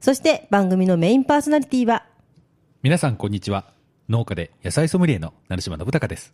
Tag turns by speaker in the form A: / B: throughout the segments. A: そして番組のメインパーソナリティは、
B: 皆さんこんにちは農家で野菜ソムリエの成島信孝です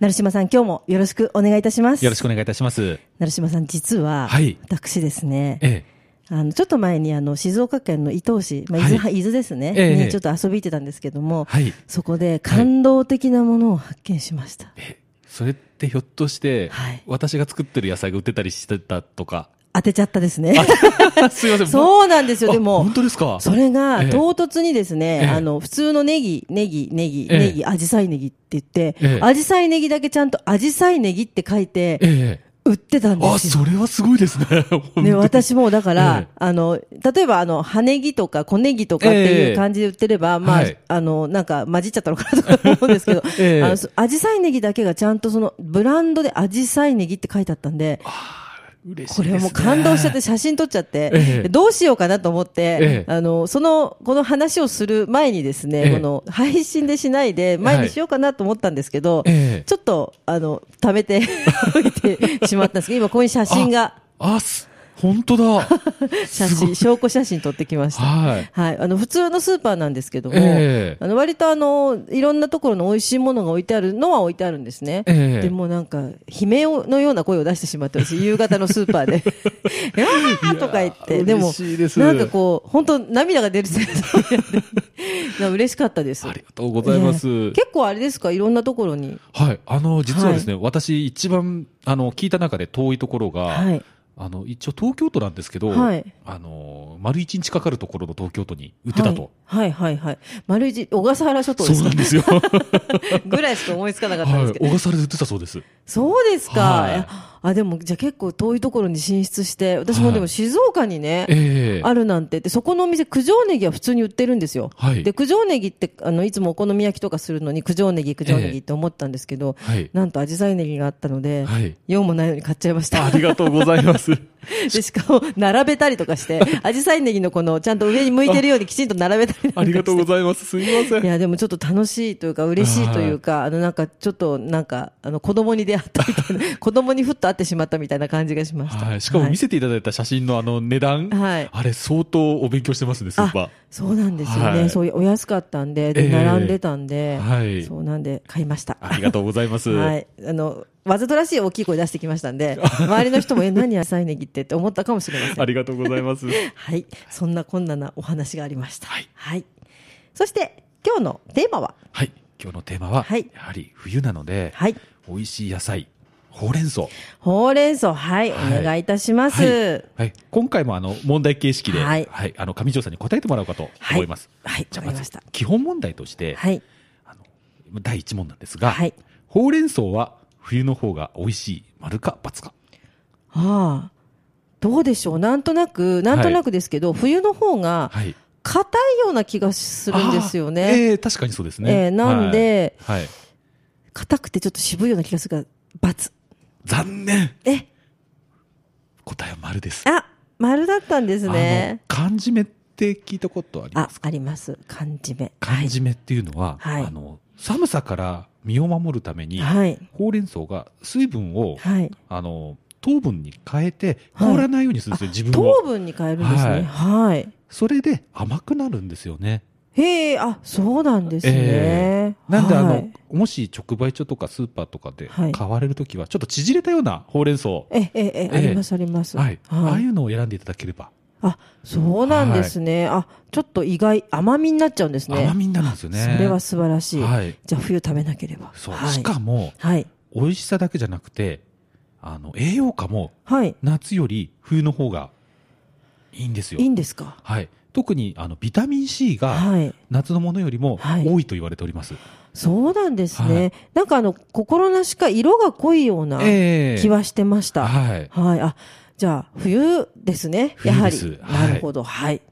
A: 成島さん今日もよろしくお願いいたします。
B: よろしくお願いいたします
A: 成島さん、実は、
B: はい
A: 私ですね、
B: え
A: あの、ちょっと前に、あの、静岡県の伊東市、まあ、伊豆、
B: は
A: 伊豆ですね、
B: ええ
A: にちょっと遊び行ってたんですけども、
B: はい
A: そこで感動的なものを発見しました。
B: ええそれってひょっとして、
A: はい
B: 私が作ってる野菜が売ってたりしてたとか
A: 当てちゃったですね。
B: すいませんう
A: そうなんですよ、でも
B: 本。当ですか
A: それが
B: ええ
A: 唐突にですね、
B: ええ
A: あの普通のネギ、ネギ、ネギ、
B: ええ
A: ネギ、アジサイネギって言って、
B: ええ
A: アジサイネギだけちゃんとアジサイネギって書いて
B: ええ
A: 売ってたんですよ。
B: あそれはすごいですね本当に
A: ね、私もだから、
B: ええ
A: あの、例えば、あの、羽ネギとか小ネギとかってい
B: え
A: う
B: え
A: 感じで売ってれば、まあ、
B: はい
A: あの、なんか混じっちゃったのかなとか思うんですけど、
B: ええ
A: あの、そアジサイネギだけがちゃんとその、ブランドでアジサイネギって書いてあったんで、
B: 嬉し
A: こ
B: いです、ね、
A: れはもう感動しちゃって写真撮っちゃって、
B: ええ
A: どうしようかなと思って
B: え、え
A: あの、その、この話をする前にですね、
B: ええ
A: この、配信でしないで前にしようかなと思ったんですけど、
B: ええ
A: ちょっと、あの、貯めて おいてしまったんですけど、今ここに写真が。
B: あす本当だ
A: 写
B: すご
A: 真、
B: い
A: 証拠写真撮ってきました。
B: はい
A: はい。あの、普通のスーパーなんですけども、
B: ええ
A: あの、割とあの、いろんなところの美味しいものが置いてあるのは置いてあるんですね。
B: ええ
A: でもなんか、悲鳴のような声を出してしまっ た私、夕方のスーパーで。いやーとか言って、
B: いやー
A: でも
B: 嬉しいで、す
A: なんかこう、本当涙が出るせいで、なんか嬉しかったです。
B: ありがとうございます、
A: や結構あれですか、いろんなところに。
B: はい、あの実はですね、私、一番あの聞いた中で遠いところが、
A: はい
B: あの一応、東京都なんですけど、
A: はい
B: あの丸一日かかるところの東京都に売ってたと、
A: はい、はい、はいはい。丸一、小笠原諸島
B: そ
A: で
B: う
A: す
B: な
A: か
B: んですよ、は
A: ぐらいしか思いつかなかったんです
B: い
A: けど、。
B: 小笠原で売ってたそうです。
A: そうですか、
B: はい
A: いやあでもじゃあ結構遠いところに進出して私もでも静岡にね、
B: ええ
A: あるなんてでそこのお店九条ネギは普通に売ってるんですよ、
B: はい
A: で九条ネギってあのいつもお好み焼きとかするのに九条ネギ九条ネ
B: え
A: ギ
B: え
A: って思ったんですけど、
B: はい
A: なんと紫陽花ネギがあったので、
B: はい
A: 用もないのに買っちゃいました
B: ありがとうございます。
A: で、しかも、並べたりとかして、紫陽花ネギのこの、ちゃんと上に向いてるようにきちんと並べたりなんかして
B: ありがとうございます。すみません。
A: いやでもちょっと楽しいというか嬉しいというかあのなんかちょっとなんかあの子供に出会ったみたい な子供にふっと会ってしまったみたいな感じがしました、
B: はい、しかも見
A: せ
B: せていただいた写真のあの値段、
A: はい
B: あれ相当お勉強してますね、スーパ
A: あそうなんですよね、
B: はい
A: そういうお安かったんでで
B: ええ
A: 並んでたんで、
B: はい
A: そうなんで買いました
B: ー。ありがとうございます。
A: はいあのわざとらしい大きい声出してきましたんで周りの人 もえ何野菜ネギってって思ったかもしれません
B: ありがとうございます。
A: はいそんなこんななお話がありました
B: はい
A: はい、そして今日のテーマは
B: はい、今日のテーマは、
A: はい
B: やはり冬なので、
A: はい
B: 美味しい野菜、ほうれん草。
A: ほうれん草はい、
B: はい
A: お願いいたします、
B: はいはい、今回もあの問題形式で、
A: は
B: はいいあの上条さんに答えてもらおうかと思います。
A: はいはい
B: じゃあ
A: わかり
B: ず
A: ました
B: 基本問題として、
A: はい。
B: あの第一問なんですが、
A: はい
B: ほうれん草は冬の方が美味しい丸か×か。
A: ああ。どうでしょうなんとなく、なんとなくですけど、冬の方が
B: はい。
A: 硬いような気がするんですよ
B: あー
A: ね。
B: えー確かにそうですね。
A: えーなんで
B: はい、はい
A: 硬くてちょっと渋いような気がするから、×。
B: 残念。
A: え、
B: 答えは丸です。
A: あ、丸だったんですね。
B: あの。缶詰って聞いたことあり
A: あ
B: ます、か。
A: あります。缶詰。
B: 缶詰っていうのは、
A: はい
B: あの寒さから身を守るために、
A: はい。
B: ほうれん草が水分を
A: はい。はい。
B: あの糖分に変えて
A: はい
B: 凍らないようにするんですよ、自分
A: 糖
B: を
A: 分に変えるんですね。はい。
B: それで甘くなるんですよね
A: へえ、あ、そうなんです
B: え
A: ね。
B: えなんで、あ
A: は
B: の
A: い
B: もし直売所とかスーパーとかで
A: はい
B: 買われるときはちょっと縮れたようなほうれん草、はい
A: え、え、え、あります、あります。
B: ああいうのを選んでいただければ
A: あ、そうなんですね。あ、ちょっと意外、甘みになっちゃうんですね。
B: 甘みになるんですよね
A: あそれは素晴らしい。
B: はい
A: じゃあ冬食べなければ。
B: そう、
A: はい、
B: しかも
A: はい。
B: 美味しさだけじゃなくてあの栄養価も
A: はい。
B: 夏より冬の方がいいんですよ
A: いいんですか
B: はい、特にあのビタミン C が
A: はい。
B: 夏のものよりも
A: はい
B: 多いと言われております、
A: そうなんですね。
B: はい
A: なんかあの、心なしか色が濃いような
B: ええ
A: 気はしてました。
B: はい
A: はい。あ、じゃあ冬ですね。やはり。
B: 冬ですはい
A: なるほど。はい。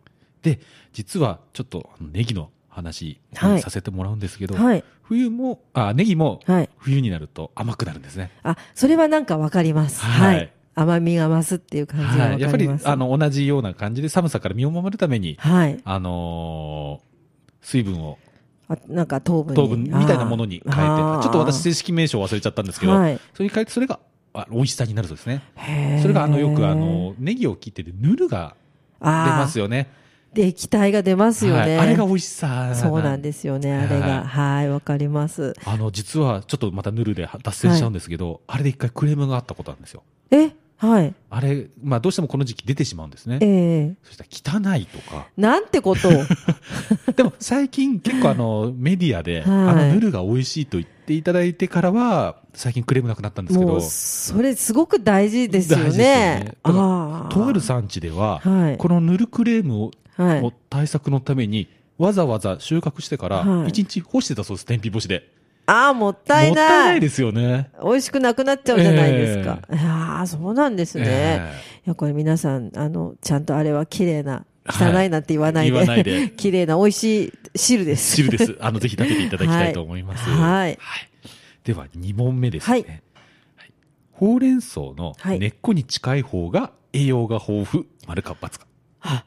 B: で実はちょっとあのネギの話
A: はい
B: させてもらうんですけど、
A: はい。
B: 冬もあネギも
A: はい。
B: 冬になると甘くなるんですね。
A: あ、それはなんかわかります。は。
B: はいい
A: 甘みが増すっていう感じがわ
B: はい、やっぱ
A: かり
B: り
A: ます。
B: あ、の同じような感じで寒さから身を守るために、
A: はい。
B: あのー水分を
A: あなんか糖分に
B: 糖分みたいなものに変えてち
A: あー
B: ょっと私正式名称忘れちゃったんですけど、
A: はい。
B: それに変えてそれがあ美味しさになるそうですね。
A: へー
B: それがあのよくあ、のネギを切っててヌルが
A: 出
B: 出ます
A: よ。
B: よね。
A: で、液体が出ますよね。
B: はい、あれが美味しさ
A: そうなん
B: す
A: ですよね、あれが。はい、わかります。
B: あの実はちょっとまたヌルで脱線しちゃうんですけど、あれで一回クレームがあったことあるんですよ
A: えはい。
B: あれ、まあ、どうしてもこの時期出てしまうんですね
A: ええ
B: そしたら汚いとか
A: なんてことを。
B: でも最近結構あのメディアで、
A: はい
B: あのヌルが美味しいと言っていただいてからは最近クレームなくなったんですけ
A: も
B: ど
A: う、それすごく大事ですよ
B: 大事ですよ
A: ね
B: ね。だから
A: あー
B: とある産地では、
A: はい。
B: このヌルクレームを
A: はい。
B: を対策のためにわざわざ収穫してから
A: はい
B: 1日干してたそうです天日干しで
A: ああ、も
B: も
A: ったい
B: ったい
A: な
B: ない
A: い。
B: ですよね
A: 美味しくなくなっちゃうじゃないですか。ああ、そうなんですね。
B: え
A: いや、これ皆さん、あの、ちゃんとあれは綺麗な、汚いなんて言わ
B: え
A: ない
B: 言わ
A: で、
B: ないで
A: 綺麗な美味しい汁です。
B: 汁です。あの、ぜひ食べていただきたいと思います。
A: はいはい
B: では、2問目ですね。
A: はい
B: はいほうれん草の
A: はい
B: 根っこに近い方が栄養が豊富、丸か×か。
A: は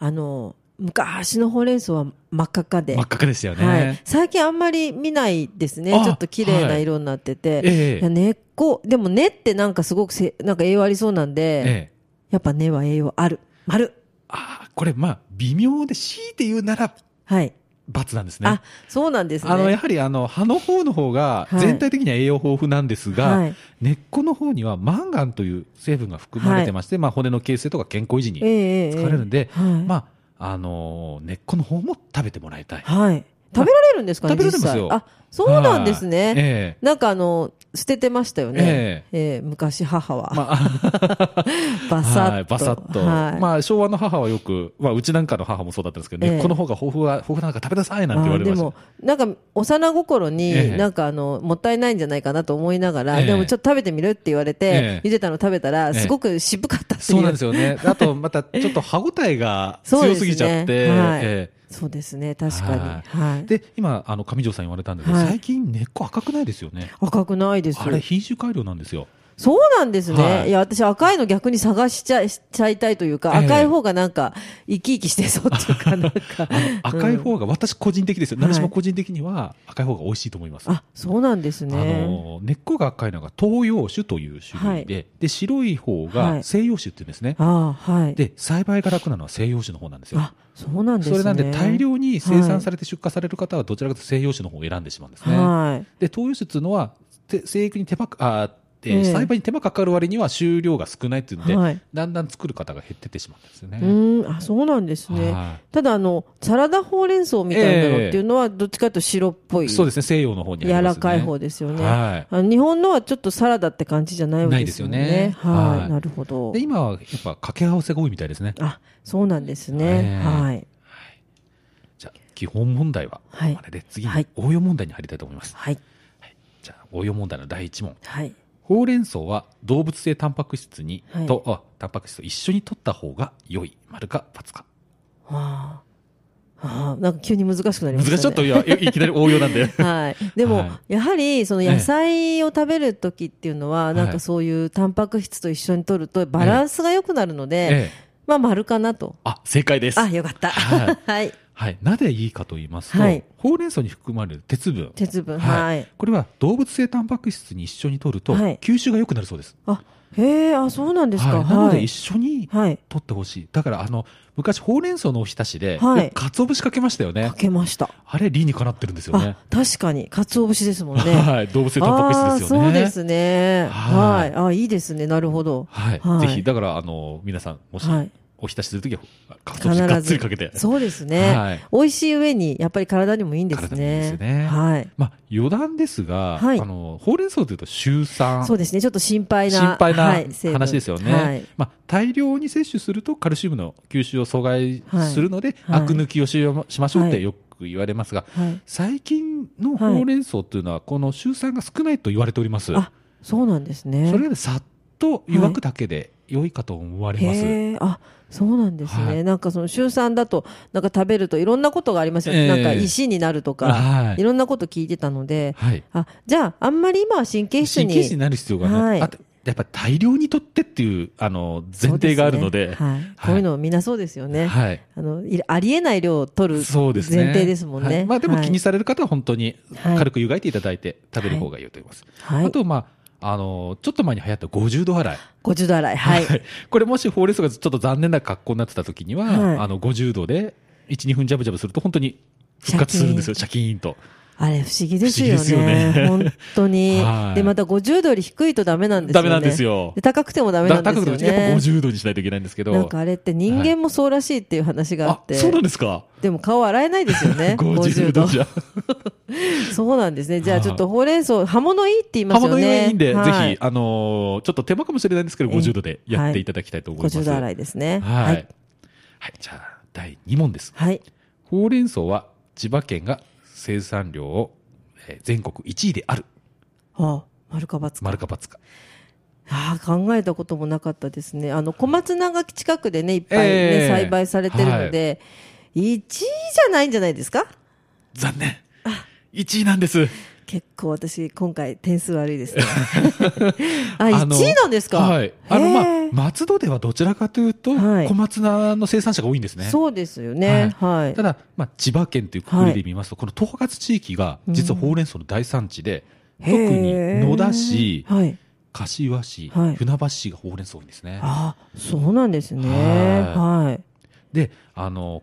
A: あの、昔のほうれん草は真っ赤っかで。
B: 真っ赤ですよね。
A: はい。最近あんまり見ないですね。
B: あ
A: ちょっと綺麗な
B: はい
A: 色になってて。
B: え
A: いや
B: え
A: 根っこ、でも根ってなんかすごくせ、なんか栄養ありそうなんで、
B: ええ
A: やっぱ根は栄養ある。丸。
B: ああ、これ、まあ、微妙で強いて言うなら、
A: はい。
B: ×なんですね。
A: あ、そうなんですね。
B: あの、やはり、あの、葉の方の方が
A: はい
B: 全体的には栄養豊富なんですが、
A: はい。
B: 根っこの方にはマンガンという成分が含まれてまして、まあ、骨の形成とか健康維持
A: ええ
B: に
A: ええ
B: 使われるんで、
A: はい。
B: まあ、あのー根っこの方も食べてもらいたい。
A: はい。食べられるんですかね、
B: 食べられます
A: 実際
B: よ
A: あ、そうなんです
B: はい
A: ね。
B: え
A: なんかあの、捨ててましたよ
B: え
A: ね。
B: え
A: ええ昔母は
B: え。まあ、
A: バサ
B: は
A: ッ
B: い
A: と。
B: バサッと。
A: はい
B: まあ、昭和の母はよく、まあ、うちなんかの母もそうだったんですけど、
A: ええ
B: 根っこの方が豊富は、豊富なんか食べなさいなんて言われ
A: あー
B: ま
A: で
B: した
A: も。、なんか、幼心
B: え
A: に、
B: え
A: なんかあの、もったいないんじゃないかなと思いながら、
B: ええ
A: でもちょっと食べてみるって言われて
B: え、え
A: 茹でたの食べた
B: え
A: ら、
B: え
A: すごく渋かったってい
B: そ
A: う。
B: うなんですよね。あと、また、ちょっと歯応えが
A: そうで
B: 強
A: すね
B: すぎちゃって、
A: はい
B: ええ
A: そうですね、確かに。
B: は
A: はい。
B: で、今、あの、上条さん言われたんだけど、
A: はい
B: 最近根っこ赤くないですよね。
A: 赤くないです。
B: あれ、品種改良なんですよ。
A: そうなんですね。
B: はい
A: い、や、私赤いの逆に探しちゃいしちゃいたいというか、
B: ええ
A: 赤い方がなんか、生き生きしてそうっていうか、なんか。
B: 赤い方が、私個人的ですよ。
A: はい
B: 成島個人的には、赤い方が美味しいと思います。
A: あ、そうなんですね。
B: あの根っこが赤いのが東洋種という種類で,、で白い方
A: は
B: が
A: い
B: 西洋種っていうんですね、
A: あーはい。
B: で栽培が楽なのは西洋種の方なんですよ
A: あ、そうなんですね。
B: それなんで大量に生産されて出荷される方はどちらかというと西洋種の方を選んでしまうんですね、
A: はい。
B: で東洋種っていうのはて生育に手間かあーえー
A: ええ
B: 栽培に手間かかる割には収量が少ないっていうんで、
A: はい。
B: だんだん作る方が減ってってしまったんですよね
A: う、ーん、あ、そうなんですね。
B: は
A: ただ、あの、サラダほうれん草みたいなのっ
B: ええ
A: ていうのは、どっちかというと白っぽ
B: い
A: い、
B: そうですね西洋の方にあ
A: 柔
B: りま
A: ら
B: すね
A: かい方ですよね。
B: はい
A: あの日本のはちょっとサラダって感じじゃないわけですよね。
B: ないですよね
A: はい、
B: はい
A: なるほど
B: で。今はやっぱ掛け合わせが多いみたいですね
A: あ、そうなんですね。
B: ええ
A: はい。
B: じゃあ基本問題は
A: はい
B: あれで次
A: はい
B: に応用問題に入りたいと思います、
A: はい。
B: じゃあ応用問題の第1問
A: はい。
B: ほうれん草は動物性タンパク質に、
A: はい
B: とあタンパク質と一緒に取った方が良い丸か×か
A: はあ。はあ。なんか急に難しくなりま
B: 難しい
A: したね。
B: ちょっといやいいきなり応用なん で
A: はい、でも、
B: は
A: やはりその野菜を食べるときっていうのは、
B: い
A: なんかそういうタンパク質と一緒に摂るとバランスが良くなるので、
B: ええ
A: まあ、丸かなと。
B: あ正解です
A: あ、よかった。は
B: はいい。
A: はい、
B: はいなぜいいかと言いますと、
A: はい
B: ほうれん草に含まれる鉄分
A: 鉄分。は。
B: はいこれは動物性タンパク質に一緒に取ると、
A: はい
B: 吸収が良くなるそうです
A: あ、へえ、あ、そうなんですか。
B: はい、なの
A: は
B: で
A: い
B: 一。緒に
A: はい。
B: 取ってほしいだからあの昔ほうれん草のおひたしで、
A: はい
B: かつお節かけましたよね
A: かけました。
B: あれ理にかなってるんですよね
A: あ、確かに、鰹節ですもんね。
B: はい、動物性タンパク質ですよね。
A: あーそうですね。は
B: はい
A: い。あ、いいですね。なるほど。
B: はい、
A: はい
B: ぜひ、だから、あの、皆さん、もし、
A: はい。
B: お浸しするときは、かつお
A: 必
B: 節
A: ず。
B: がっつりかけて。
A: そうですね。
B: はい。
A: 美味しい上に、やっぱり体にもいいんです
B: 体にもいいです
A: ね
B: よ。ね
A: はい。
B: まあ、余談ですが、
A: はい
B: あの、ほうれん草というと、週酸。
A: そうですね。ちょっと心配な。
B: 心配な
A: はい成分
B: 話ですよね、
A: はい。
B: まあ、大量に摂取するとカルシウムの吸収を阻
A: はい
B: 害するので、
A: はい
B: アク抜きをしようしましょうっ
A: は
B: て
A: い
B: よく言われますが、
A: はい。
B: 最近のほうれん草というのはこのシュウ酸が少ないと言われております、
A: あ、そうなんですね。
B: それよりさっと湯沸くだけで良いかと思われます。
A: へえ、あ、そうなんですね。
B: はい
A: なんかその週3だと、なんか食べるといろんなことがありますよね。
B: ええ
A: なんか石になるとか、
B: はい
A: いろんなこと聞いてたので、
B: はい。
A: あ、じゃあ、あんまり今は神経質
B: 神
A: に。
B: 経質になる必要がない。
A: はい
B: あとやっぱ大量にとってっていうあの前提があるので、
A: そうすねはい。こういうのみんなそうですよね。
B: はい。
A: あの、いありえない量を取る
B: そう
A: 前
B: ですね。
A: 提ですもん
B: は
A: ね。
B: いまあでも気に
A: す
B: される方は本当に
A: はい
B: 軽く湯がいていただいて食べる方がいいと思います。
A: る。はい
B: あ。と、まあ、あの、ちょっと前に流行った50度払い。
A: 50度洗い。はい。
B: これもしほうれん草がちょっと残念な格好になってた時には、
A: はい
B: あの、50度で1、2分ジャブジャブすると本当に復活するんですよ、シャキーンと。
A: あれ不思議ですよ
B: 不思議ですよ
A: ね。
B: ね
A: 本当 に、
B: はい
A: で、また50度より低いとダメなんです
B: ダ
A: よね。
B: メなんですよ
A: で。高くてもダメな
B: だ
A: んで
B: 高
A: す
B: くて
A: よ
B: もやっぱ
A: ね。
B: 50度にしないといけないんですけど。
A: なんかあれって人間もそうらしいっていう話があ
B: あ
A: っ、て。
B: そうなんですか。
A: でも顔洗えないですよね。
B: 50度じゃ。
A: そうなんですね。じゃあ
B: はい
A: ちょっとほうれん草、葉物いいって言いま
B: 刃
A: すよ
B: 物
A: ね。
B: いいんで、
A: は
B: ぜひ、あのーちょっと手間かもしれないんですけど、
A: ええ
B: 50度でやっていただきたいと思います。
A: 50度洗いですね。
B: はい。はい。じゃあ、第2問です。
A: はい。
B: ほうれん草は千葉県が生産量をえー全国1位である。
A: あ、丸か×か。
B: 丸か×か。
A: ああ、考えたこともなかったですね。あの、小松菜が近くでね、いっぱいね、
B: ええ
A: 栽培されてるので、1位じゃないんじゃないですか
B: 残念。1位なんです。
A: 結構私、今回点数悪いですね。 あ、
B: あ
A: 1
B: の
A: 位なんですか
B: はい。あの、まあ
A: へえ、
B: 松戸ではどちらかというと、
A: はい
B: 小松菜の生産者が多いんですね。
A: そうですよね。はい。
B: ただ、まあ、千葉県というくくりで見ますと、この東葛地域が、実はほうれん草の大産地で、特に
A: へえ
B: 野田市、
A: はい。
B: 柏市、
A: はい
B: 船橋市がほうれん草多いんですね。
A: ああ、そうなんですね。はい。
B: で、あの、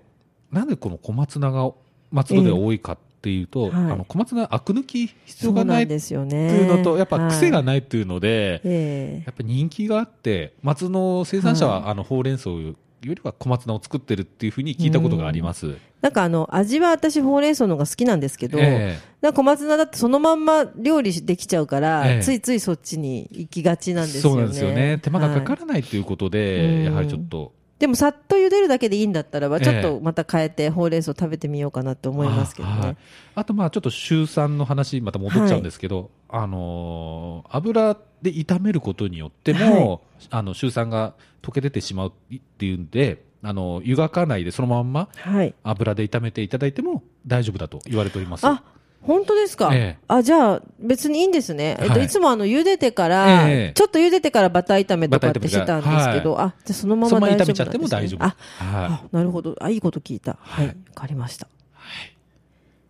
B: なんでこの小松菜が松戸では多いかっていうと、
A: ええはい
B: あの小松菜アク抜き必
A: そ
B: 要
A: う
B: がな
A: ないん
B: って
A: ですよ
B: いう
A: ね。
B: のと、やっぱ癖が
A: はい
B: ないっていうので、
A: ええ
B: やっぱ人気があって、松の生産者は、
A: は
B: あのほうれん草よりは小松菜を作ってるっていうふうに聞いたことがあります。
A: なんかあの、味は私ほうれん草の方が好きなんですけど、
B: ええ
A: なんか小松菜だってそのまんま料理できちゃうから、
B: ええ
A: ついついそっちに行きがちなんですよ
B: そ
A: ね。
B: うなんですよね。手間がかか
A: はい
B: らないということ
A: は
B: で、
A: い
B: やはりちょっと。
A: でもさっと茹でるだけでいいんだったらば、
B: ええ
A: ちょっとまた変えてほうれん草食べてみようかなって思いますけど
B: あはい
A: ね。
B: あと、まあちょっと週産の話、また戻っちゃうんですけど、あのー油で炒めることによっても、あの、週産が溶け出てしまうっていうんで、あの、湯がかないでそのまんま
A: はい。
B: 油で炒めていただいても大丈夫だと言われております。
A: あ、本当ですか、
B: ええ
A: あ、じゃあ別にいいんですね。えっ
B: は
A: と、
B: い
A: いつもあの、茹でてから、
B: ええ
A: ちょっと茹でてからバター炒めとかってしてたんですけど、
B: バ
A: あ、じゃあそのま
B: そ
A: ま
B: のま
A: 大
B: ま
A: 丈夫なん
B: 炒
A: で
B: め
A: す、
B: ちゃ
A: ね、
B: っても大丈夫。
A: あ、
B: はい。
A: あなるほど。あ、いいこと聞いた。はい。わ
B: はい、
A: かりました。
B: はい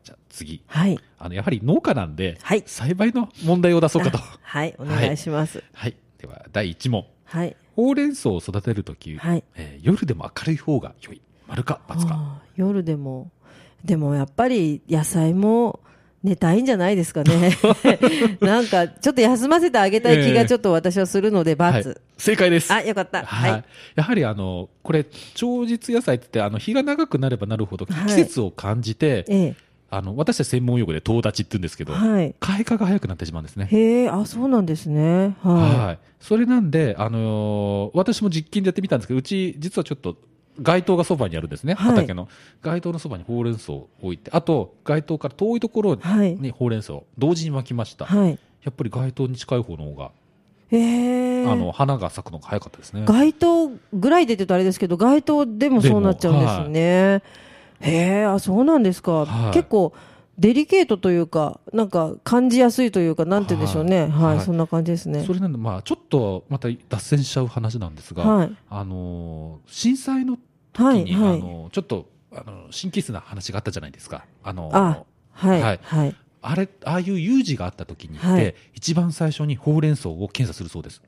B: じゃあ次。
A: はい。
B: あの、やはり農家なんで、
A: はい
B: 栽培の問題を出そうかと。
A: はい。お願いします。
B: はい。では、第1問。
A: はい。
B: ほうれん草を育てるとき、
A: はい
B: えー夜でも明るい方が良い。丸か×か。
A: ああ夜でも、でもやっぱり野菜も寝たいんじゃないです かね。なんか、ちょっと休ませてあげたい気がちょっと私はするので、バ
B: は
A: ツ
B: い。正解です。
A: あ、よかった。
B: はい、
A: はい。
B: やはりあの、これ、長日野菜って言って、あの、日が長くなればなるほど、季
A: はい
B: 節を感じて、
A: ええ。
B: あの、私たち専門用語で遠立ちって言うんですけど、
A: はい。
B: 開花が早くなってしまうんですね。
A: へえ、あ、そうなんですね。は
B: はい。それなんで、あのー私も実験でやってみたんですけど、うち、実はちょっと、街灯がそばにあるんですね、
A: はい
B: 畑の。街灯のそばにほうれん草を置いて、あと、街灯から遠いところ
A: い。はい。
B: にほうれん草を同時に巻きました。
A: はい。
B: やっぱり街灯に近い方の方が、
A: え
B: あ
A: え。
B: の、花が咲くのが早かったですね。
A: 街灯ぐらいでって言うとあれですけど、街灯でもそうなっちゃうんですね。へえ、あ、そうなんですか。
B: はい
A: 結構、デリケートというか、なんか感じやすいというか、なんて言うんでしょうね。はい、
B: はい
A: そんな感じですね
B: そ。れなんで、まあ、ちょっとまた脱線しちゃう話なんですが、
A: はい。
B: あのー震災の
A: は
B: 時
A: い、
B: に、あ
A: はい。
B: のーちょっとあのー神経質な話があったじゃないですか。あのー
A: あは
B: はいい、
A: はい。
B: あれ、ああいう有事があった時にって、
A: はい
B: 一番最初にほうれん草を検査するそうです。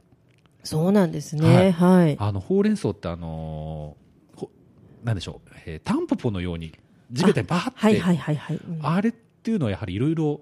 A: そうなんですね。はい。
B: あの、ほうれん草ってあのーほなんでしょう、えータンポポのように地べたにバーって、あ,、
A: はい、はい、はい、はい。うん
B: れっていうのはやはりいろいろ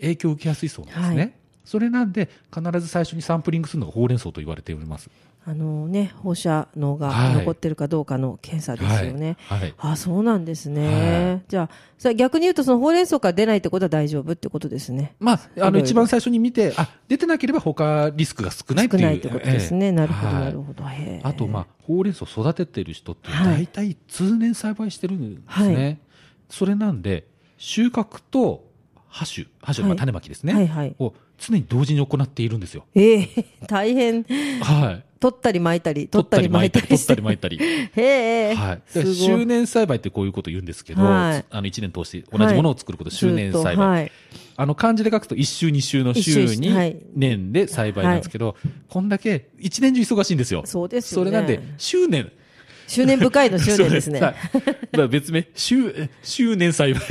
B: 影響を受けやすいそうなんですね。
A: は
B: それなんで、必ず最初にサンプリングするのがほうれん草と言われております。
A: あのね、放射能が
B: はい
A: 残ってるかどうかの検査ですよね。
B: はい。
A: あ、そうなんです
B: は
A: ね。じゃあ、さ逆に言うと、そのほうれん草から出ないってことは大丈夫ってことですね。
B: まあ、あ
A: い
B: の
A: ろいろ
B: 一番最初に見て、あ出てなければ他リスクが少ないって
A: 少
B: いう
A: ないってことですね。
B: ええ
A: なるほど、
B: はい
A: なるほど。へえ
B: あと、まあ、ほうれん草を育ててる人って、
A: はい
B: 大体通年栽培してるんですね。
A: は
B: それなんで、収穫と、ハ種、ハ種、
A: は
B: ま
A: い
B: あ、種まきですね、
A: はいはい。
B: を常に同時に行っているんですよ。
A: え え大変。
B: はい。
A: 取ったり巻いたり、取ったり巻いたり
B: 取っ
A: したて。
B: り巻いたり。
A: へえ。
B: はい、
A: す
B: で
A: ごい
B: 周年栽培ってこういうこと言うんですけど、
A: はい
B: あの1年通して同じものを作ること、周年栽培、
A: はい。
B: あの漢字で書くと1週2週の
A: 一
B: 週
A: 周
B: に
A: はい
B: 年で栽培なんですけど、こんだけ1年中忙しいんですよ。
A: そうですよ
B: そ
A: ね
B: れなんで、周年。
A: 周年深いの周年ですね
B: そう。はいだから別名、周、え周年 栽培。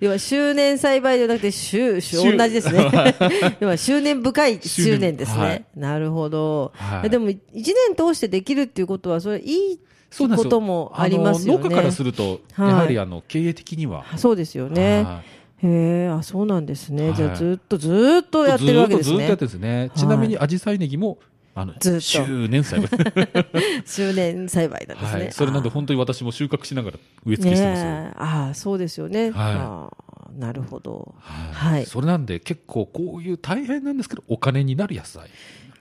A: 要は周年栽培じゃなくて、周、周
B: 周
A: 同じで すね。 要は周年深い周年ですね。
B: 周年はい
A: なるほど。
B: はい
A: でも、一年通してできるっていうことは、それいい
B: そうなんですよ。
A: こともありますよね
B: あの農家からすると、や
A: はい
B: はりあの経営的には。
A: そうですよね。
B: はい
A: へえ、あ、そうなんですね。
B: はい
A: じゃあずっとずーっとやってるわけです
B: ずーっとずーっとやっ
A: ね
B: て。るんですね。
A: い
B: ちなみに、アジサイネギも、あの、
A: ずーっと
B: 周年栽培。
A: 周年栽培なんです
B: は
A: ね。
B: い。それなんで本当に私も収穫しながら植え付
A: ね
B: けしてますよ。
A: え、ああ、そうですよね。
B: はい
A: ああなるほど。は
B: はいい。それなんで結構こういう大変なんですけど、お金になる野菜なんで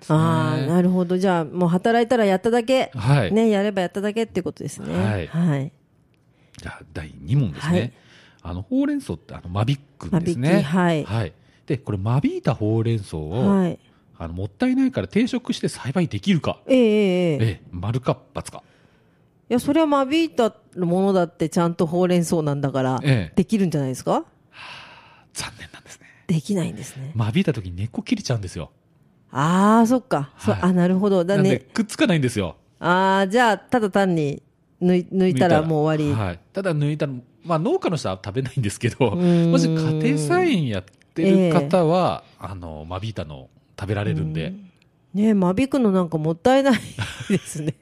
B: すね。
A: ああ、なるほど。じゃあ、もう働いたらやっただけ、
B: はい。
A: ね、やればやっただけってことですね。
B: はい
A: はい。
B: じゃあ、第2問ですね。
A: はい
B: あの、ほうれん草って、あの、間引くんですね。
A: 間引きはい
B: で、これ、間引いたほうれん草を、
A: はい。
B: あの、もったいないから定食して栽培できるか。
A: ええええええ。い
B: ええ、丸か×か。
A: や、それは間引いたものだってちゃんとほうれん草なんだから、
B: ええ
A: できるんじゃないですか
B: 残念なんですね。
A: できないんですね。
B: 間引いた時に根っこ切れちゃうんですよ。
A: ああ、そっか。そう
B: はい
A: あ、なるほど。だ
B: なんで、
A: ね。
B: くっつかないんですよ。
A: ああ、じゃあ、ただ単に抜い抜いたらもう終わり。
B: はい、ただ抜いたの、まあ、農家の人は食べないんですけど、
A: ーん
B: もし家庭菜園やってる方は、あの間引いたの食べられるんで、
A: ね間引くのなんかもったいないですね。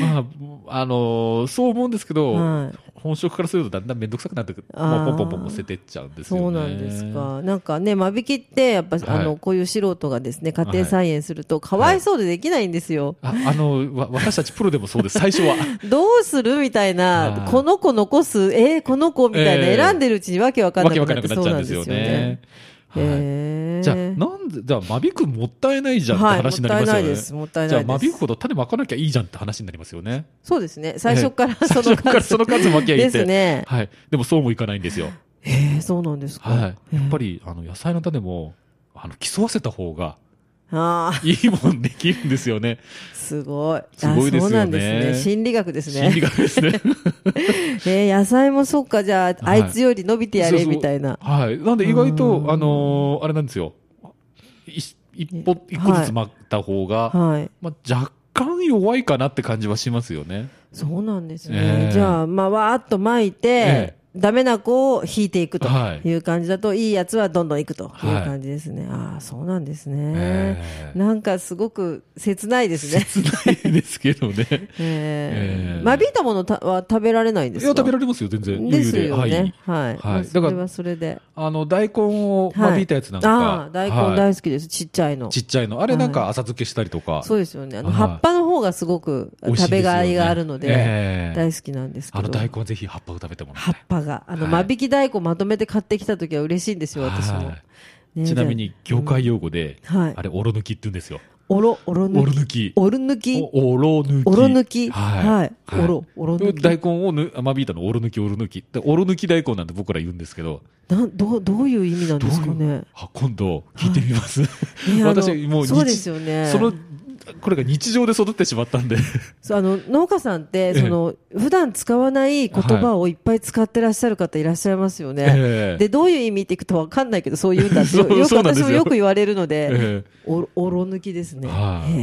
B: まああの そう思うんですけど、
A: はい
B: 本職からするとだんだん面倒くさくなってくる、
A: あー
B: まあ、ポンポンポンポン捨ててっちゃうんですよね。
A: そうなんですか。なんかね、間引きって、やっぱ、
B: い
A: あの、こういう素人がですね、家庭菜園すると、かわいそうでできないんですよ。
B: ああのわ私たちプロでもそうです、最初は。
A: どうするみたいな
B: は、い
A: この子残す、えーこの子みたいな、
B: ええ
A: 選んでるうちにわけわかんな
B: わけ
A: く
B: わかん
A: なっ
B: な
A: て
B: くなっちゃうんですよね。
A: そうなんですよね。
B: はい
A: へー
B: じゃあ、なんで、じゃあ、間引くもったいないじゃんって
A: はい、もっ
B: 話にな
A: た
B: りま
A: い
B: すよね。
A: ないです。もったい
B: じ
A: な
B: ゃあ、
A: いで
B: 間引く
A: す。
B: ほど種まかなきゃいいじゃんって話になりますよね。
A: そうですね。最初から
B: ええ
A: そ
B: 最
A: の
B: 初から
A: 数
B: その数巻き上げて
A: ですね。
B: はい。でもそうもいかないんですよ。
A: へえ、そうなんですか。
B: はい。やっぱり、あの、野菜の種も、あの、競わせた方が
A: ああ、
B: いいもんできるんですよね。
A: すごい。あ
B: すごいですよね
A: そうなんですね。心理学です
B: 心理
A: ね。
B: 学です ね。
A: えー、野菜もそうか、じゃあ、あ
B: はい
A: いつより伸びてや
B: そう
A: れ、
B: そう
A: みたいな。
B: はい。なんで意外と、あのーあれなんですよ。い一歩、一個ずつ巻った方が、
A: はい。
B: まあ、若干弱いかなって感じはしますよね。
A: そうなんですね。
B: ええ
A: じゃあ、まあ、わーっと巻いて
B: え、
A: ダメな子を引いていくと
B: はい
A: いう感じだと、いいやつはどんどんいくという
B: はい
A: 感じですね。ああ、そうなんです
B: え
A: ね。
B: え
A: なんかすごく切ないですね。
B: 切ないですけどね。
A: え
B: え
A: え
B: え
A: 間引いたものたは食べられないんで
B: い
A: す
B: や、
A: か
B: 食べられますよ、全然。余
A: で
B: 裕
A: すよ
B: はい
A: ね。。はい。
B: はい
A: まあ
B: だから
A: それはそれで。
B: あの、大根を
A: はい
B: 間引いたやつなんか。
A: ああ、大
B: は
A: 根
B: い
A: 大好きです。ちっちゃいの。
B: ちっちゃいの。あれなんか浅漬けしたりとか。
A: そうですよね。あの、
B: はい
A: 葉っぱの方がすごく
B: 美味しい
A: 食
B: んで
A: べ
B: すよね
A: がいがあるので、
B: ええ
A: 大好きなんですけ
B: あの
A: ど。
B: 大根ぜひ葉っぱを食べてもらい
A: 葉
B: た
A: っ
B: い。
A: ぱが。あの、
B: は
A: 間
B: い
A: 引き大根まとめて買ってきた時は嬉しいんですよ、私も
B: は。い
A: ね
B: ちなみ。に、業界用語で、
A: じゃあはい
B: あ。れ、おろ抜きって言うんですよ。
A: おろ、おろ
B: おろ
A: 抜き。
B: 抜き。
A: おろ抜き。
B: おおろ抜き。
A: おろ抜き。は
B: はいい。。
A: おろ、おろ抜き。
B: 大根をぬ、間引いたの、おろ抜き、おろ抜き。でおろ抜き大根なんて僕ら言うんですけど、
A: なん、どう、どういう意味なんですか
B: どう
A: ね。
B: あ今度、聞いてみます。
A: ねあの
B: 私、もう日、
A: そうですよね。
B: その、これが日常で育ってしまったんで。
A: そうあの農家さんって、その普段使わない言葉をいっぱい使ってらっしゃる方いらっしゃいますよね。
B: ええ
A: で、どういう意味っていくとわかんないけど、そう言うんだって、よ
B: そう
A: よく
B: そうなんです
A: 私
B: よ
A: もよく言われるので、
B: ええ
A: おろおろ抜きですね。
B: はい
A: へ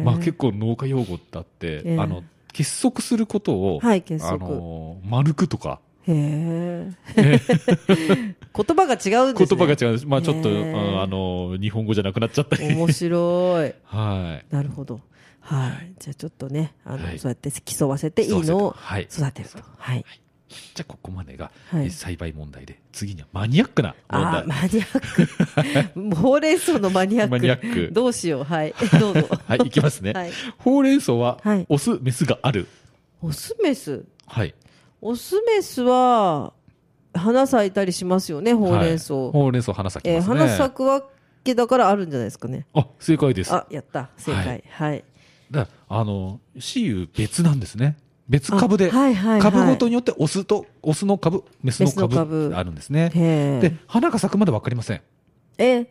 A: え
B: まあ結構農家用語だって、
A: ええ
B: あの、結束することを、
A: はい結束
B: あの、丸くとか、
A: へえ言葉が違うんで
B: 言
A: すね。
B: 葉が違うんです。まあちょっと、
A: ええ
B: うんあの、日本語じゃなくなっちゃったり。
A: 面白い。
B: はい。
A: なるほど。はい。じゃあちょっとね、あの、
B: はい
A: そうやって競わせていいのを
B: はい。じ
A: 育てると。はい。
B: ゃあここまでが、
A: はい
B: え栽培問題で、次にはマニアックな問
A: あ
B: 題
A: ー。マニアック。も うほうれん草のマニアック。
B: マニアック
A: どうしよ う。はい。どうぞ。
B: はい、いきますね。
A: はい。
B: ほうれん草は、
A: はい
B: オス、メスがある。
A: オスメス。
B: はい。
A: オスメスは、花咲いたりしますよね、ほうれん草。
B: はいほうれん草花咲き
A: えー
B: ますね。
A: 花咲くわけだからあるんじゃないですかね。
B: あ、正解です。
A: あ、やった。正解。は
B: はいい。
A: はい、
B: だからあの、雌雄別なんですね。別株で。
A: あはいはいはい
B: 株ごとによってオスと、オスの株、メスの
A: メスの株
B: 株ってあるんですね。
A: へー
B: で、花が咲くまで分かりません。
A: えー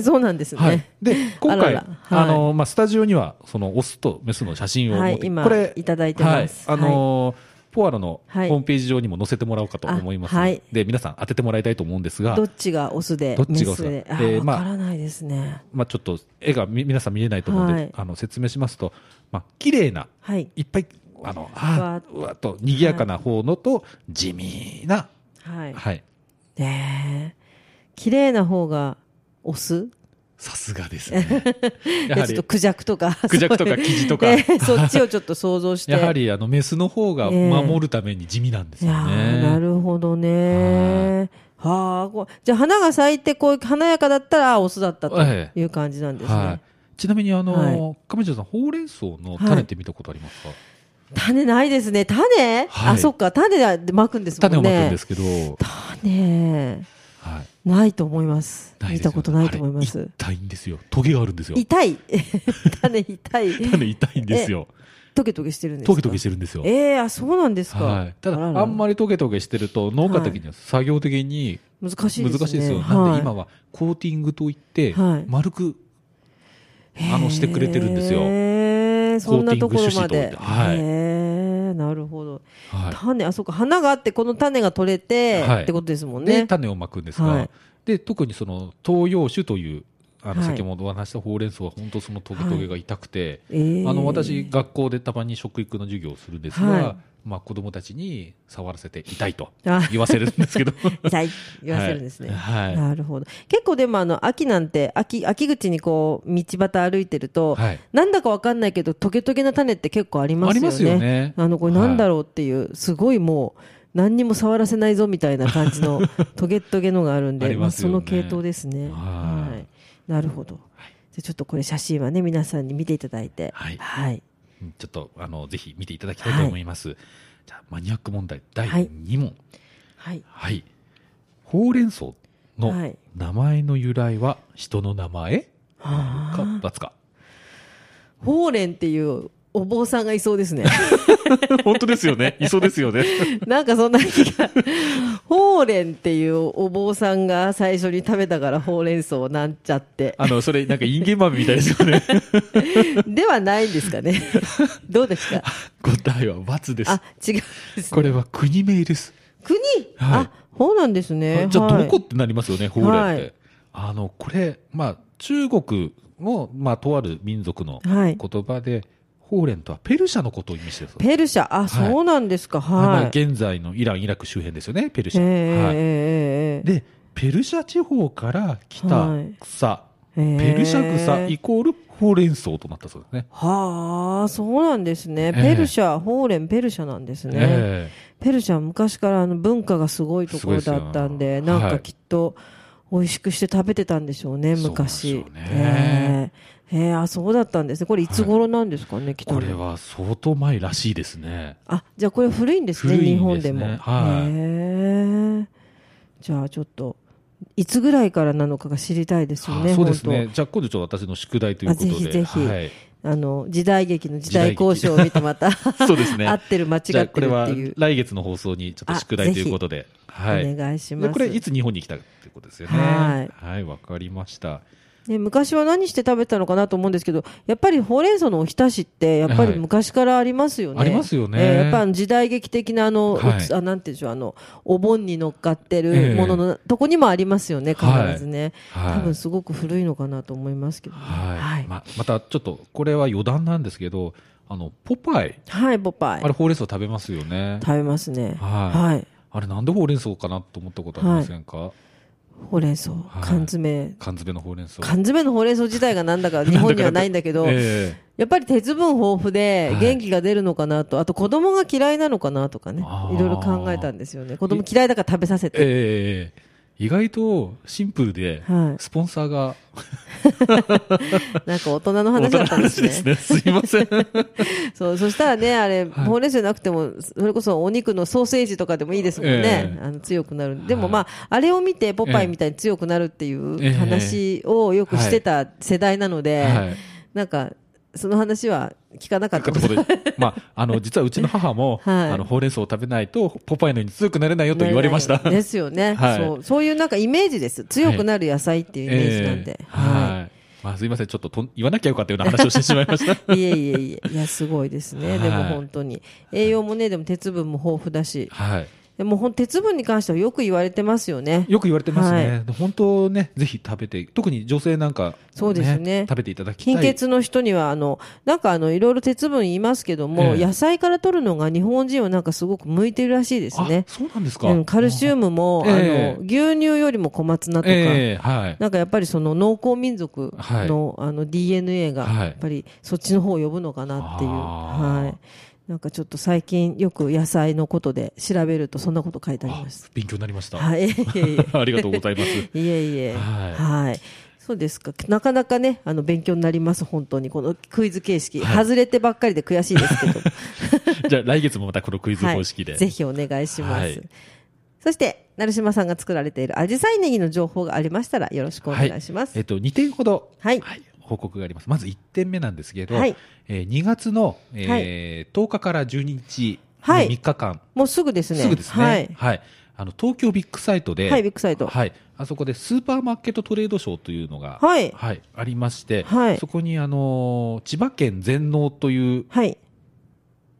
A: そうなんですね。
B: はい、で今
A: あ
B: 回
A: ら
B: あ
A: らはい
B: のまあ、スタジオにはそのオスとメスの写真を持って、
A: はい今
B: これ
A: いただいてます
B: はいあのポアロのホ
A: はい
B: ームページ上にも載せてもらおうかと思いますので,、
A: あはい
B: で皆さん当ててもらいたいと思うんですが
A: どっちがオスで
B: どっ
A: メ
B: ちがオス
A: ス
B: だ
A: で。
B: えー
A: あ、わ
B: まあ
A: からないですね。
B: まあ、ちょっと絵がみ皆さん見えないと思うんで、
A: はい
B: あの説明しますと、まあ綺麗な
A: はい。
B: いっぱいあのあーうわっと賑やかな方のと、地味な、
A: はい。
B: はい、
A: ええ綺麗な方がオス
B: さすがですねや
A: いや
B: は
A: ちょっ
B: り
A: とクジャクとか。
B: クジャクとか
A: そういう
B: キジとか
A: えーそっちをちょっと想像して。
B: やはりあのメスの方が
A: ええ
B: 守るために地味なんです
A: いや
B: よね。
A: ーなるほどね。はあ、こうじゃあ花が咲いて、こう、華やかだったら、あオスだったと
B: え
A: いう感じなんですね。
B: はい、ちなみにあの、
A: はい
B: 上条さんほうれん草の種って見たことありますか、
A: 種ないですね。種、
B: はい
A: あ、そっか。種で巻くんですもんね。
B: 種をまくんですけど、
A: 種、
B: はい
A: ないと思います。
B: ない
A: 見
B: ですよね
A: たことないと思いま
B: あれ
A: す。
B: 痛いんですよトゲがあるんですよ
A: 痛い。 種痛い。
B: 種痛いんですよ
A: トゲトゲしてるんですか
B: トゲトゲしてるんですよ
A: ええあ、そうなんですか。
B: はい、ただ
A: ら
B: あ
A: ら
B: んまりトゲトゲしてると農家的には作業的に
A: 難しい
B: 難
A: ですね。
B: しいですよ、なん
A: は
B: で
A: い
B: 今はコーティングといって
A: はい
B: 丸くあのしてくれてるんですよ
A: へーそんなところまで。
B: コーティング種子とかはい
A: へーなるほど。
B: はい
A: 種、あ、そうか、花があって、この種が取れて、
B: はい
A: ってことですもん
B: で
A: ね。
B: 種をまくんですが、
A: はい
B: で特にその東洋種というあの
A: はい
B: 先ほどお話ししたほうれん草は本当そのトゲトゲが痛くて、
A: えー
B: あの私、、学校でたまに食育の授業をするんですが、
A: はい
B: まあ、子供たちに触らせて痛いと
A: あ
B: 言わせるんですけど
A: 痛い、 言わせるんですね。
B: はい、はい
A: なるほど。結構でも、あの、秋なんて、秋、秋口にこう、道端歩いてると、
B: はい
A: なんだかわかんないけど、トゲトゲな種って結構ありま
B: あ
A: すよ
B: り
A: ね。
B: ますよね。
A: あの、これなんだ
B: ろ
A: ろうっていう、すごいもう、何にも触らせないぞみたいな感じ のトゲットゲのがあるんで、
B: あります
A: そ
B: よね
A: の系統ですね。
B: はい
A: はい。なるほど。じゃあちょっとこれ写真はね、皆さんに見ていただいて。
B: はい
A: はい。
B: う、ちょっとあのぜひ見ていただきたいと思います。じゃあマニアック問題第
A: はい
B: 2問、
A: はい。
B: はいほうれん草
A: は
B: の
A: い
B: 名前の由来は人の名前
A: は
B: か
A: あ
B: 罰か
A: ほうれんっていうお坊さんがいそ うですね。
B: 本当ですよねいそうですよね
A: なんかそんな気が。ほうれんっていうお坊さんが最初に食べたからほうれん草なんちゃって。
B: あのそれなんかインゲン豆みたいですよね
A: ではないんです かね。どうですか
B: 答えは罰です
A: あ、違うんですね
B: これは国名です
A: 国、
B: はい
A: あそうなんですね。
B: じゃあ
A: はい
B: どこってなりますよね、ほうれんって。
A: はい
B: あの、これ、まあ、中国の、まあ、とある民族の
A: はい
B: 言葉で、ほうれんとはペルシャのことを意味してるんですよ
A: ペルシャ、あ、そうなんですか、
B: まあ
A: はい。
B: 現在のイラン、イラク周辺ですよね、ペルシ
A: え
B: ャ。
A: ー
B: はい、
A: えーえー
B: で、ペルシャ地方から来た
A: はい
B: 草、
A: えー
B: ペルシャ草
A: えー
B: イコールほうれん草となったそうですね。
A: はあ、そうなんですね。
B: えー
A: ペルシャ、ホーレン、ペルシャなんですね。
B: え
A: ペルシャは昔からあの文化がすごいところだったんで、
B: すごいですよ
A: なん
B: は
A: か
B: い
A: きっと美味しくして食べてたんでしょうね、
B: そうなんです
A: 昔。
B: よね
A: えーえーあ、そうだったんですね。これいつ頃なんですかね、来
B: え
A: たの
B: これは相当前らしいですね。
A: あじゃあこれ古いんですね
B: 古いんですね
A: 日本でも、
B: はい
A: へえじゃあちょっといつぐらいからなのかが知りたいですよね
B: あそうです
A: 本
B: ね。じゃあ今度ちょっと私の宿題ということで。
A: あぜひぜひ
B: はい、
A: 当あの時代劇の時代
B: 時代
A: 交
B: 劇
A: 渉を見てまた
B: そうです ね
A: 合ってる間違って
B: じゃあ
A: るって
B: これはい来月の放送にちょっと宿題ということで、は
A: うお
B: い。
A: 願いしま
B: ですこれいつ日本に来たってことですよね。
A: はい
B: はい、わかりました。
A: ね、昔は何して食べたのかなと思うんですけどやっぱりほうれん草のおひたしってやっぱり昔からありますよね、
B: はいありますよね
A: えーやっぱあの時代劇的なあの、
B: はいう
A: つあなんていうんでしょうあのお盆に乗っかって
B: え
A: る
B: え
A: ものの、とこにもありますよね必ずね、
B: はい
A: 多分すごく古いのかなと思いますけどね、
B: はい。
A: はい、
B: ままたちょっとこれは余談なんですけど、あのポパイ、
A: はい、ポパイ
B: あれほうれん草食べますよね。
A: 食べますね
B: は
A: はい
B: あれなんでほうれん草かなと思ったことありませんか？
A: ほうれん草
B: い
A: 缶詰
B: 缶詰のほうれん草。
A: 缶詰のほうれん草自体がなんだか日本にはないんだけど、
B: え
A: やっぱり鉄分豊富で
B: はい
A: 元気が出るのかなと、あと子供が嫌いなのかなとかね
B: あ、ー
A: いろいろ考えたんですよね。子供嫌いだから食べさせ
B: え
A: て。
B: ええ意外とシンプルで、
A: はい
B: スポンサーが
A: なんか大人の話だったんです
B: 大人の話
A: ね。
B: ですね。すいません。
A: そう、そしたらね、あれ、
B: はい
A: ほうれん草じゃなくても、それこそお肉のソーセージとかでもいいですもんね
B: え。
A: あの強くなる。でも
B: はい
A: まあ、あれを見てポパイみたいに強くなるっていう
B: ええ
A: 話をよくしてた世代なので、
B: はい。
A: なんか、その話は聞かなかったこと
B: ということでまあ、あの、実はうちの母も、
A: はい
B: あの、ほうれん草を食べないと、ポパイのように強くなれないよと言われました。
A: ですよ ね、
B: はい
A: そう。そういうなんかイメージです。強くなる野菜っていうイメージなんで。
B: ええはまあ、すいません、ちょっととん言わなきゃよかったような話をしてしまい ました。
A: いえいえいえ、いや、すごいですね。でも
B: はい
A: 本当に。栄養もね、でも鉄分も豊富だし。
B: はい。
A: でもほん鉄分に関してはよく言われてますよね。
B: よく言われてますね。
A: は
B: で本当ね、ぜひ食べて、特に女性なんか、
A: そうですね
B: 食べていただきたい。
A: 貧血の人には、あの、なんかあの、いろいろ鉄分言いますけども、
B: ええ
A: 野菜から取るのが日本人はなんかすごく向いてるらしいですね
B: あ、。そうなんですか。
A: うん、カルシウムも、あの、
B: ええ
A: 牛乳よりも小松菜とか、
B: ええはい。
A: なんかやっぱりその農耕民族の,、あの DNA が
B: はい
A: やっぱりそっちの方を呼ぶのかなっていう、
B: あー
A: はい、なんかちょっと最近よく野菜のことで調べるとそんなこと書いてあり
B: あ
A: ます。
B: 勉強になりました。
A: はい、いえい え
B: ありがとうございます。
A: いえいえ、
B: はい
A: はいそうですかなかなかねあの勉強になります、本当にこのクイズ形式、外れてばっかりで悔しいです けど、
B: じゃあ来月もまたこのクイズ方式で。
A: はい、ぜひお願いします、
B: はい
A: そして成島さんが作られているアジサイネギの情報がありましたらよろしくお願いします。
B: えっと、2点ほど、
A: はい
B: 報告があります。まず1点目なんですけど、
A: はい
B: えー2月の、えー10日から12日、
A: はい
B: 3日間、
A: もうすぐですね。
B: すぐですね、
A: は
B: はいい。あの、東京ビッグサイトで、
A: はいビッグサイト
B: はい。あそこでスーパーマーケットトレードショーというのが、
A: はい
B: ありまして、
A: はい
B: そこに、あのー千葉県全農という、
A: はい。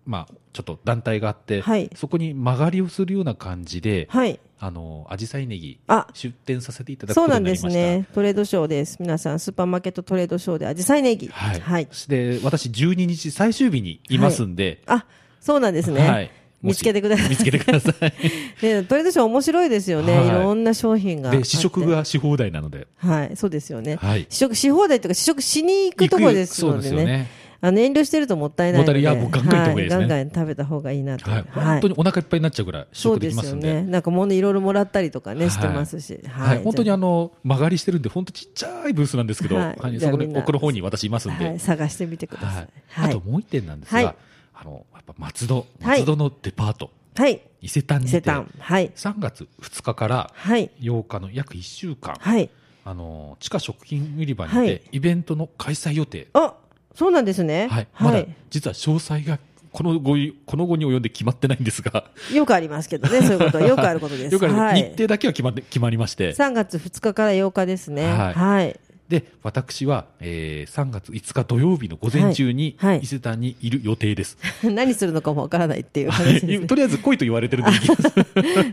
B: まあ、ちょっと団体があって、
A: はい
B: そこに曲がりをするような感じで、
A: はい。
B: あのー、アジサイネギ、
A: あ、
B: 出店させていただく
A: そ
B: こ
A: う
B: と
A: なん
B: にな
A: で
B: り
A: す
B: ました。
A: ね。トレードショーです。皆さん、スーパーマーケットトレードショーで、アジサイネギ。
B: はい。
A: はい
B: そ。して、私12日最終日にいますんで。
A: あ、そうなんですね。
B: はい
A: 見つけてください
B: 見つけてください。
A: ねトレードショー面白いですよね。
B: はい
A: い、ろんな商品があって。
B: で、試食がし放題なので。
A: はい。そうですよね。
B: はい。
A: 試食し放題というか、試食しに行くところです
B: そう
A: の
B: で
A: ですね。
B: よね。
A: あの、遠慮してるともったいないの
B: も
A: で。
B: ったいないいやもうガンガン行った方がいいですね
A: はガンガン食べた方がいいなと。
B: はい。本当にお腹いっぱいになっちゃうぐらい試
A: そう
B: 食で
A: で
B: きますす
A: よ
B: んで。
A: ね。なんかものいろいろもらったりとかね、
B: はい
A: してますし。は。
B: はいい、本当にあの曲がりしてるんで、本当ちっちゃいブースなんですけど、
A: はい
B: はい
A: じゃあ
B: そこで
A: みんな
B: 奥の方に私いますんで、
A: は、
B: はいい
A: 探してみてください。
B: あともう一点なんですが、
A: はい
B: あのやっぱ松戸、
A: はい
B: 松戸のデパート、
A: はい。
B: 伊勢丹
A: 伊
B: にて、
A: 勢丹。はい。
B: 3月2日から
A: はい。
B: 8日の約1週間、
A: はい。
B: あの地下食品売り場にて、
A: はい
B: イベントの開催予定、
A: あ、そうなんですね。
B: はいま
A: は
B: だ
A: い。
B: 実は詳細がこの後にこの後に及んで決まってないんですが、
A: よくありますけどね、そういうことは。よくあることで す。
B: よくある
A: は
B: 日
A: い。
B: 程だけは決まって決まりまして、
A: 3月2日から8日ですね。
B: はい
A: はい。
B: で私は、えー3月5日土曜日の午前中に
A: はいはい
B: 伊勢丹にいる予定 です。
A: 何するのかもわからないっていう
B: はい
A: 話です
B: とりあえず来いと言われてる んで行きます。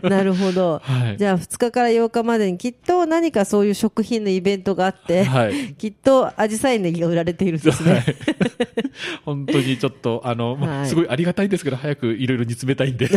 A: ね。なるほど。
B: はい
A: じゃあ2日から8日までにきっと何かそういう食品のイベントがあって、
B: はい
A: きっとアジサイネギが売られているんで すね。
B: はい本当にちょっと、あの、まあ
A: はい
B: すごいありがたいんですけど、早くいろいろ煮詰めたいんで。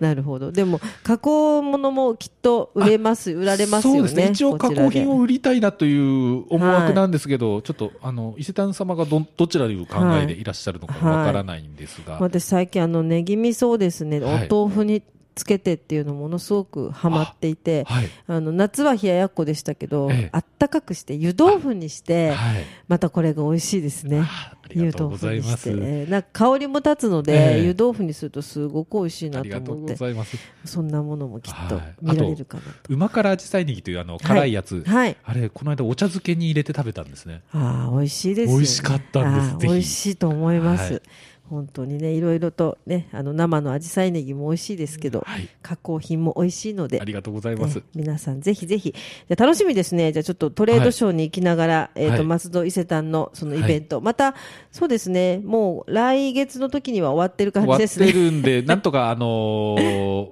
A: なるほど。でも、加工物もきっと売れます、売られますよね。
B: そうですね。一応加
A: こちらで
B: 工品を売りたいなという思惑なんですけど、ちょっと、あの、伊勢丹様がど、どちらという考えでいらっしゃるのか
A: はい
B: わからないんですが。
A: 私最近あのネギ味噌をですね、
B: はい
A: お豆腐につけてっていうのものすごくハマっていてあ、
B: はい。
A: の夏は冷ややっこでしたけど、
B: ええ
A: あったかくして湯豆腐にして、
B: はい。
A: またこれが美味しいですね
B: あありがとうございます
A: 湯豆腐にしてええなんか香りも立つので、
B: ええ
A: 湯豆腐にするとすごく美味し
B: あ
A: いな
B: り
A: と
B: がとう
A: 思っ
B: ご
A: て
B: ざいます。
A: そんなものもきっと
B: はい
A: 見られるかなと、
B: 馬からアジサイネギというあの辛いやつ、
A: はい
B: あれこの間お茶漬けに入れて食べたんですね。
A: ああ美味しいですよ、ね、
B: 美味しかったんです
A: ああ
B: ぜひ
A: 美味しいと思います、
B: はい
A: 本当にねいろいろとねあの生のアジサイネギも美味しいですけど、
B: はい。
A: 加工品も美味しいので
B: ありがとうございます
A: え。皆さんぜひぜひじゃあ楽しみですねじゃあちょっとトレードショーに行きながら、えっ、
B: は
A: と
B: い
A: 松戸伊勢丹のそのイベント、またそうですねもう来月の時には終わってる感
B: 終
A: じ
B: わ
A: で
B: っ
A: すね
B: てるんで、 なんとかあのー、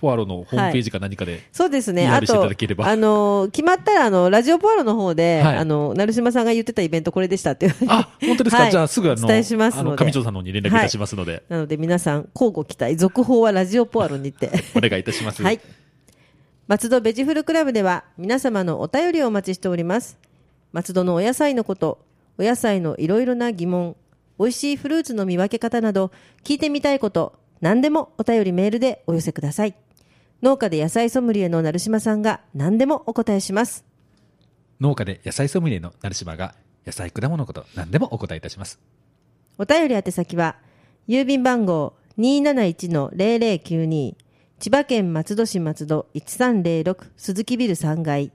B: フォアロのホームページか何かで、
A: そうですね。あ
B: PR してい
A: と、
B: ただければ
A: あの、決まったら、あの、ラジオポアロの方で、
B: はい
A: あの、成島さんが言ってたイベントこれでしたっていう。
B: あ、本当ですか、
A: はい
B: じゃあすぐあの、
A: お伝えします
B: あ
A: ので
B: の、上条さんの方に連絡いたしますので、
A: なので皆さん、交互期待。続報はラジオポアロにて。
B: お願いいたします。
A: はい。松戸ベジフルクラブでは皆様のお便りをお待ちしております。松戸のお野菜のこと、お野菜のいろいろな疑問、美味しいフルーツの見分け方など、聞いてみたいこと、何でもお便りメールでお寄せください。農家で野菜ソムリエの成島さんが何でもお答えします。
B: 農家で野菜ソムリエの成島が、野菜、果物のこと、何でもお答えいたします。
A: お便り宛先は、郵便番号271-0092、千葉県松戸市松戸1306鈴木ビル3階、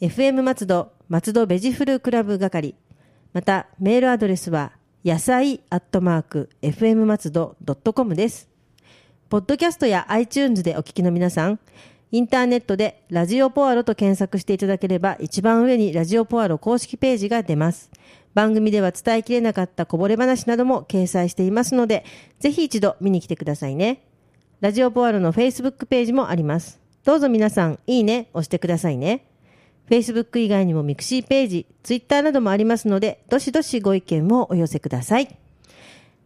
A: FM 松戸松戸ベジフルクラブ係、またメールアドレスは、野菜アットマーク FM 松戸 .com です。ポッドキャストや iTunes でお聞きの皆さん、インターネットでラジオポアロと検索していただければ一番上にラジオポアロ公式ページが出ます。番組では伝えきれなかったこぼれ話なども掲載していますので、ぜひ一度見に来てくださいね。ラジオポアロの Facebook ページもあります。どうぞ皆さん、いいね、押してくださいね。Facebook 以外にもミクシーページ、Twitter などもありますので、どしどしご意見をお寄せください。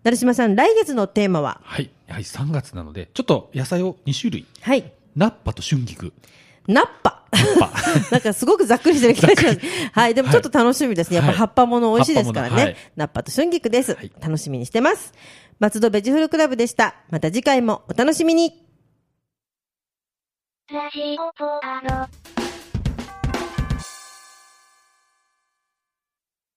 A: 成島さん、来月のテーマは
B: はい。やはり3月なので、ちょっと野菜を2種類。
A: はい。
B: ナッパと春菊。
A: ナッパ。 なんかすごくざっくりしてる気がします。はい。でもちょっと楽しみですね。やっぱ
B: はい
A: 葉っぱもの美味しいですからね。
B: 葉っぱものはい
A: ナッパと春菊です。
B: はい
A: 楽しみにしてます。松戸ベジフルクラブでした。また次回もお楽しみに。
C: ラジオポアド。